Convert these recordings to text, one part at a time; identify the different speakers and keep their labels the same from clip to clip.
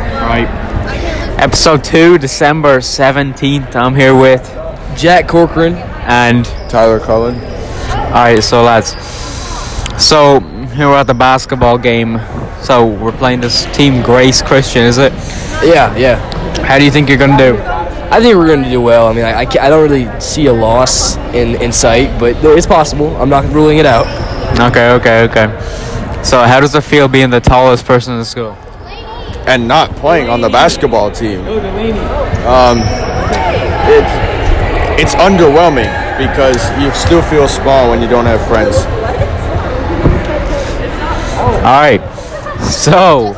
Speaker 1: Right.
Speaker 2: Episode 2, December 17th. I'm here with
Speaker 1: Jack Corcoran.
Speaker 2: and
Speaker 3: Tyler Cullen.
Speaker 2: alright, so lads. So here we're at the basketball game. So we're playing this team Grace Christian, is it?
Speaker 1: Yeah, yeah.
Speaker 2: How do you think you're gonna do?
Speaker 1: I think we're going to do well. I mean, I, I, ca- I don't really see a loss in, in sight, but there- it's possible. I'm not ruling it out.
Speaker 2: Okay, okay, okay. So how does it feel being the tallest person in the school?
Speaker 3: And not playing on the basketball team. Um, it's, it's underwhelming because you still feel small when you don't have friends.
Speaker 2: Alright. So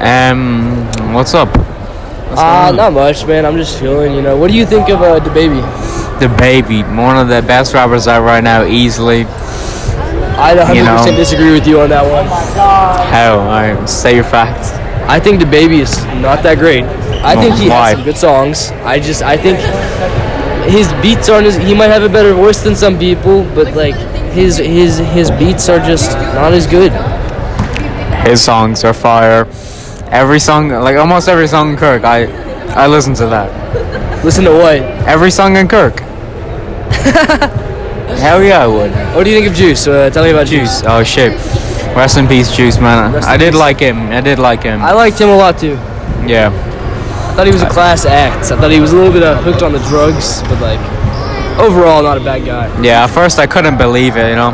Speaker 2: um what's up?
Speaker 1: Uh, not much, man. I'm just chilling, you know. What do you think of uh, the baby?
Speaker 2: The baby, one of the best rappers out right now, easily.
Speaker 1: I 100%
Speaker 2: You know.
Speaker 1: disagree with you on that one.
Speaker 2: How? Alright, say your facts.
Speaker 1: I think the baby is not that great. I think he
Speaker 2: Why?
Speaker 1: has some good songs. I just, I think his beats aren't. As, he might have a better voice than some people, but like his his his beats are just not as good.
Speaker 2: his songs are fire. Every song, like almost every song in Kirk, I I listen to that.
Speaker 1: Listen to what?
Speaker 2: Every song in Kirk. Hell yeah, I would.
Speaker 1: What do you think of Juice? Uh, tell me about Juice.
Speaker 2: Juice. Oh shit. Rest in peace, Juice man.
Speaker 1: Rest in
Speaker 2: I did
Speaker 1: peace.
Speaker 2: like him. I did like him.
Speaker 1: I liked him a lot too.
Speaker 2: yeah.
Speaker 1: I thought he was a class act. I thought he was a little bit uh, hooked on the drugs, but like overall, not a bad guy.
Speaker 2: Yeah. At first, I couldn't believe it. You know,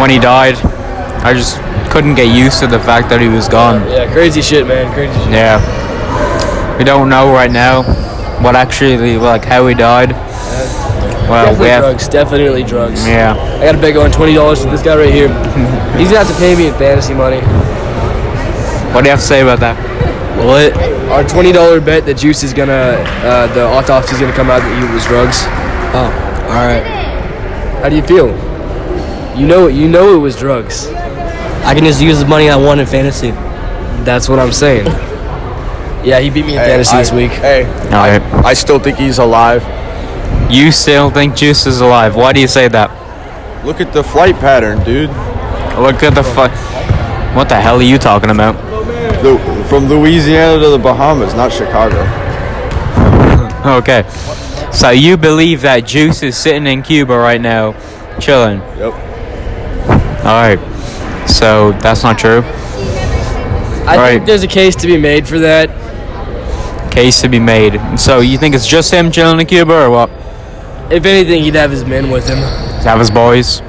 Speaker 2: when he died, I just couldn't get used to the fact that he was gone.
Speaker 1: Yeah, crazy shit, man. Crazy shit.
Speaker 2: Yeah. We don't know right now what actually, like, how he died. Well,
Speaker 1: Definitely
Speaker 2: we have.
Speaker 1: drugs. Definitely drugs.
Speaker 2: Yeah.
Speaker 1: I got a bet going twenty dollars to this guy right here. He's gonna have to pay me in fantasy money.
Speaker 2: What do you have to say about that?
Speaker 1: What? Our twenty dollar bet that Juice is gonna, uh, the autopsy's gonna come out that he was drugs. Oh, all right. How do you feel? You know, you know it was drugs. I can just use the money I won in fantasy. That's what I'm saying. Yeah, he beat me in fantasy
Speaker 3: I-
Speaker 1: this week.
Speaker 3: Hey,
Speaker 2: Alright.
Speaker 3: I still think he's alive.
Speaker 2: You still think Juice is alive? Why do you say that?
Speaker 3: Look at the flight pattern, dude.
Speaker 2: Look at the fuck. What the hell are you talking about?
Speaker 3: The, from Louisiana to the Bahamas, not Chicago.
Speaker 2: Okay. So you believe that Juice is sitting in Cuba right now, chilling.
Speaker 3: Yep.
Speaker 2: Alright. So that's not true.
Speaker 1: I
Speaker 2: Right.
Speaker 1: think there's a case to be made for that.
Speaker 2: Case to be made. So you think it's just him chilling in Cuba or what?
Speaker 1: If anything, he'd have his men with him.
Speaker 2: Does he have his boys?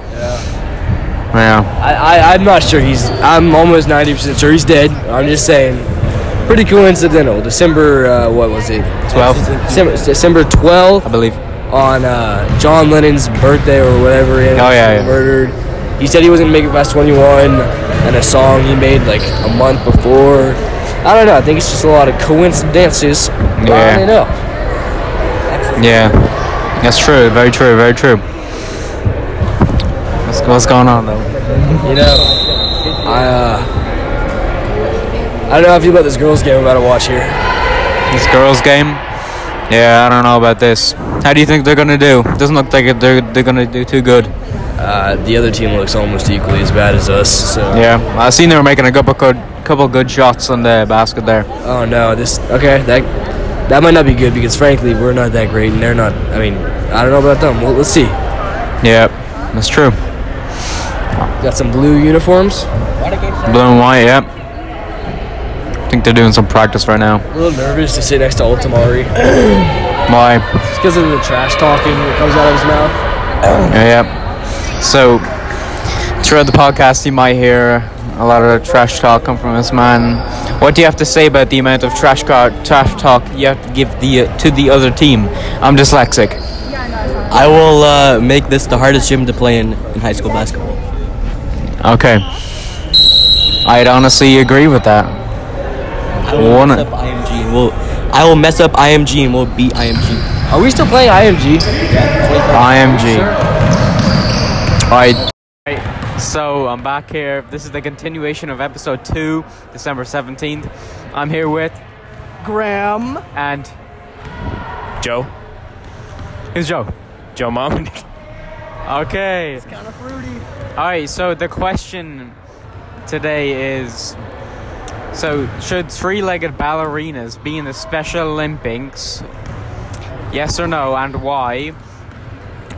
Speaker 2: Yeah.
Speaker 1: I, I, I'm not sure he's. I'm almost 90% sure he's dead. I'm just saying. Pretty coincidental. December, uh, what was it?
Speaker 2: 12th,
Speaker 1: December, December
Speaker 2: I
Speaker 1: 12th
Speaker 2: believe.
Speaker 1: on uh, John Lennon's birthday or whatever. It is,
Speaker 2: Oh, yeah, yeah.
Speaker 1: Murdered. He said he wasn't gonna make it past 21, and a song he made like a month before. I don't know. I think it's just a lot of coincidences.
Speaker 2: Yeah.
Speaker 1: lining up.
Speaker 2: Yeah. That's true. Very true. Very true. What's, what's going on though?
Speaker 1: You know. I. Uh, I don't know how I feel about this girls' game I'm about to watch here.
Speaker 2: This girls' game? Yeah, I don't know about this. How do you think they're gonna do? Doesn't look like it- they're they're gonna do too good.
Speaker 1: Uh, the other team looks almost equally as bad as us. So.
Speaker 2: Yeah, I seen they were making a couple good couple good shots on the basket there.
Speaker 1: Oh no, this okay. That that might not be good because frankly, we're not that great, and they're not. I mean, I don't know about them. Well, let's see.
Speaker 2: Yeah, that's true.
Speaker 1: Got some blue uniforms.
Speaker 2: Blue and white. Yep. I think they're doing some practice right now.
Speaker 1: A little nervous to sit next to Ultimari. It's
Speaker 2: Why?
Speaker 1: because of the trash talking that comes out of his mouth.
Speaker 2: Yeah. yep. So throughout the podcast, you might hear a lot of trash talk come from this man. What do you have to say about the amount of trash car, trash talk you have to give the to the other team? I'm dyslexic.
Speaker 4: I will uh, make this the hardest gym to play in in high school basketball.
Speaker 2: Okay. I'd honestly agree with that.
Speaker 4: I will
Speaker 2: Wanna-
Speaker 4: mess up IMG and we'll. I will mess up IMG and we'll beat IMG.
Speaker 1: Are we still playing IMG?
Speaker 2: IMG. Alright. So Oh, I'm back here. This is the continuation of episode two, December seventeenth. I'm here with
Speaker 5: Graham.
Speaker 2: and
Speaker 5: Joe.
Speaker 2: who's Joe?
Speaker 5: Joe Mom.
Speaker 2: Okay.
Speaker 5: kind of fruity.
Speaker 2: Alright, so the question today is So, should three legged ballerinas be in the Special Olympics? Yes or no, and why?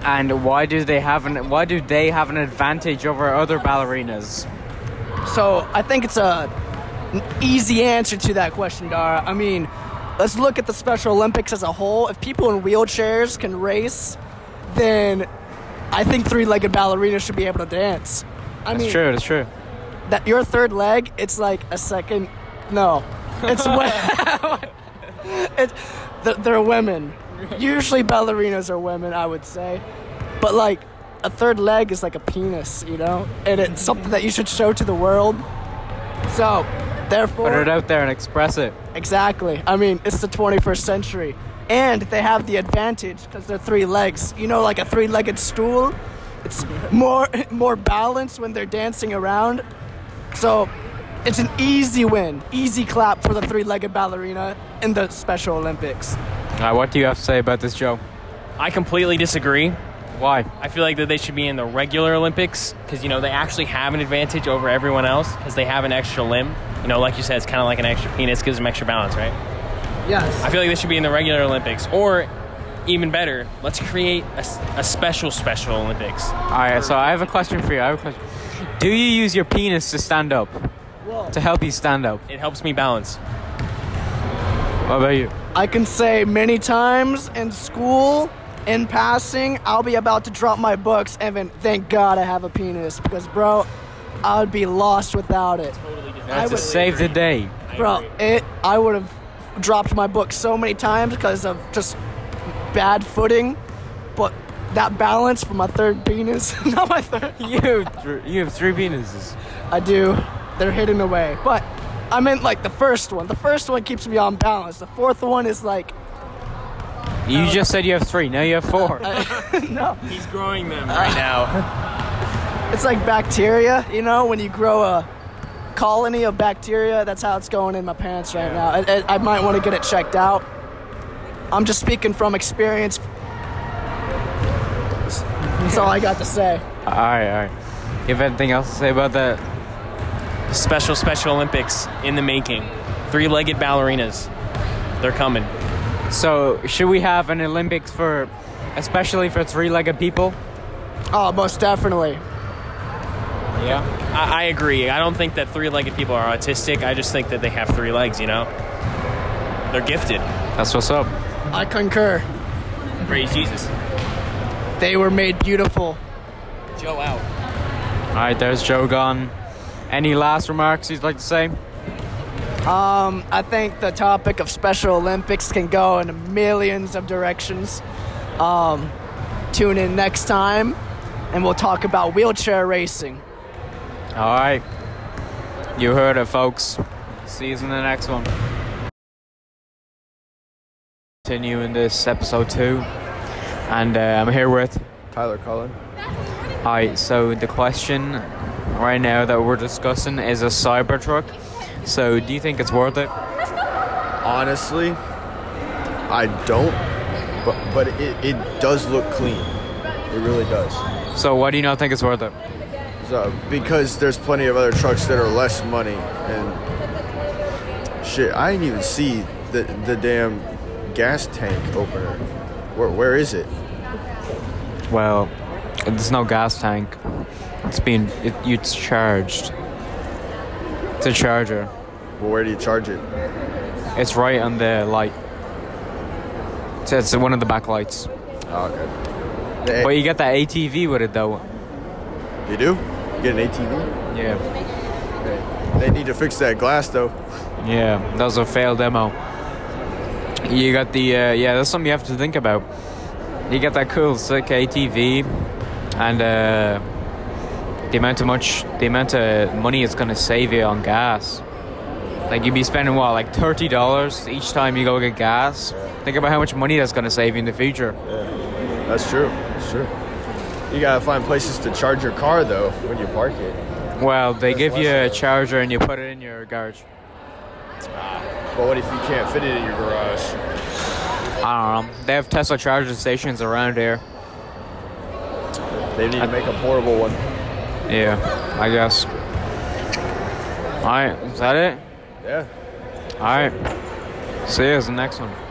Speaker 2: And why do they have an why do they have an advantage over other ballerinas?
Speaker 6: So I think it's a an easy answer to that question, Dara. I mean, let's look at the Special Olympics as a whole. If people in wheelchairs can race, then I think three-legged ballerinas should be able to dance. I
Speaker 2: That's
Speaker 6: mean,
Speaker 2: true. That's true.
Speaker 6: that your third leg, it's like a second. No, it's way. it's, th- they're women. Usually ballerinas are women, I would say, but like a third leg is like a penis, you know, and it's something that you should show to the world. So,
Speaker 2: Put it
Speaker 6: therefore,
Speaker 2: out there and express it.
Speaker 6: exactly. I mean, it's the 21st century, and they have the advantage because they're three legs. You know, like a three-legged stool. It's more more balanced when they're dancing around. So it's an easy win, easy clap for the three legged ballerina in the Special Olympics.
Speaker 2: Uh, what do you have to say about this, Joe?
Speaker 7: I completely disagree.
Speaker 2: Why?
Speaker 7: I feel like that they should be in the regular Olympics because you know they actually have an advantage over everyone else because they have an extra limb. You know, like you said, it's kind of like an extra penis gives them extra balance, right?
Speaker 6: Yes.
Speaker 7: I feel like they should be in the regular Olympics, or even better, let's create a, s- a special Special Olympics.
Speaker 2: All right. So I have a question for you. I have a question. Do you use your penis to stand up? To help you stand up.
Speaker 7: It helps me balance.
Speaker 2: What about you?
Speaker 6: I can say many times in school, in passing, I'll be about to drop my books, and then thank God I have a penis because, bro, I would be lost without it. I
Speaker 2: To
Speaker 6: would,
Speaker 2: save the day.
Speaker 6: bro, it. I would have dropped my book so many times because of just bad footing, but that balance for my third penis, not my third.
Speaker 2: You have thr- you have three penises.
Speaker 6: I do. They're hidden away. But I meant like the first one. The first one keeps me on balance. The fourth one is like
Speaker 2: You just said you have three. Now you have four.
Speaker 6: no.
Speaker 7: He's growing them right now.
Speaker 6: It's like bacteria, you know, when you grow a colony of bacteria, that's how it's going in my pants right now. I, I, I might want to get it checked out. I'm just speaking from experience. That's all I got to say.
Speaker 2: All right, all right. You have anything else to say about that?
Speaker 7: Special Special Olympics in the making. Three-legged ballerinas. They're coming.
Speaker 2: So, should we have an Olympics for, especially for three-legged people?
Speaker 6: Oh, most definitely.
Speaker 2: Yeah.
Speaker 7: I, I agree. I don't think that three-legged people are autistic. I just think that they have three legs. You know, they're gifted.
Speaker 2: That's what's up.
Speaker 6: I concur.
Speaker 7: Praise Jesus.
Speaker 6: They were made beautiful.
Speaker 7: Joe out.
Speaker 2: All right, there's Joe gone. Any last remarks you'd like to say?
Speaker 6: Um, I think the topic of Special Olympics can go in millions of directions. Um, tune in next time, and we'll talk about wheelchair racing.
Speaker 2: All right. You heard it, folks. See you in the next one. Continuing this episode two, and uh, I'm here with.
Speaker 3: Tyler Cullen.
Speaker 2: Alright, so the question right now that we're discussing is a Cybertruck. So, do you think it's worth it?
Speaker 3: Honestly, I don't. But but it, it does look clean. It really does.
Speaker 2: So, why do you not think it's worth it?
Speaker 3: So, because there's plenty of other trucks that are less money and shit. I didn't even see the the damn gas tank opener. Where where is it?
Speaker 2: Well, there's no gas tank. It's being it, it's charged. It's a charger.
Speaker 3: Well, where do you charge it?
Speaker 2: It's right on the light. So it's one of the back lights.
Speaker 3: Oh, okay. The-
Speaker 2: But you get that ATV with it though.
Speaker 3: you do? You get an ATV?
Speaker 2: Yeah.
Speaker 3: They need to fix that glass though.
Speaker 2: Yeah, that was a failed demo. You got the uh, yeah. That's something you have to think about. You get that cool sick ATV, and uh, the amount of much the amount of money it's gonna save you on gas. Like you'd be spending what like thirty dollars each time you go get gas. Think about how much money that's gonna save you in the future.
Speaker 3: That's true. That's true. You gotta find places to charge your car though when you park it.
Speaker 2: Well, they give you a
Speaker 3: less-
Speaker 2: charger and you put it in your garage.
Speaker 3: But what if you can't fit it in your garage?
Speaker 2: I don't know. They have Tesla charging stations around here.
Speaker 3: They need to make a portable one.
Speaker 2: Yeah, I guess. Alright, is that it?
Speaker 3: Yeah.
Speaker 2: All right. See you in the next one.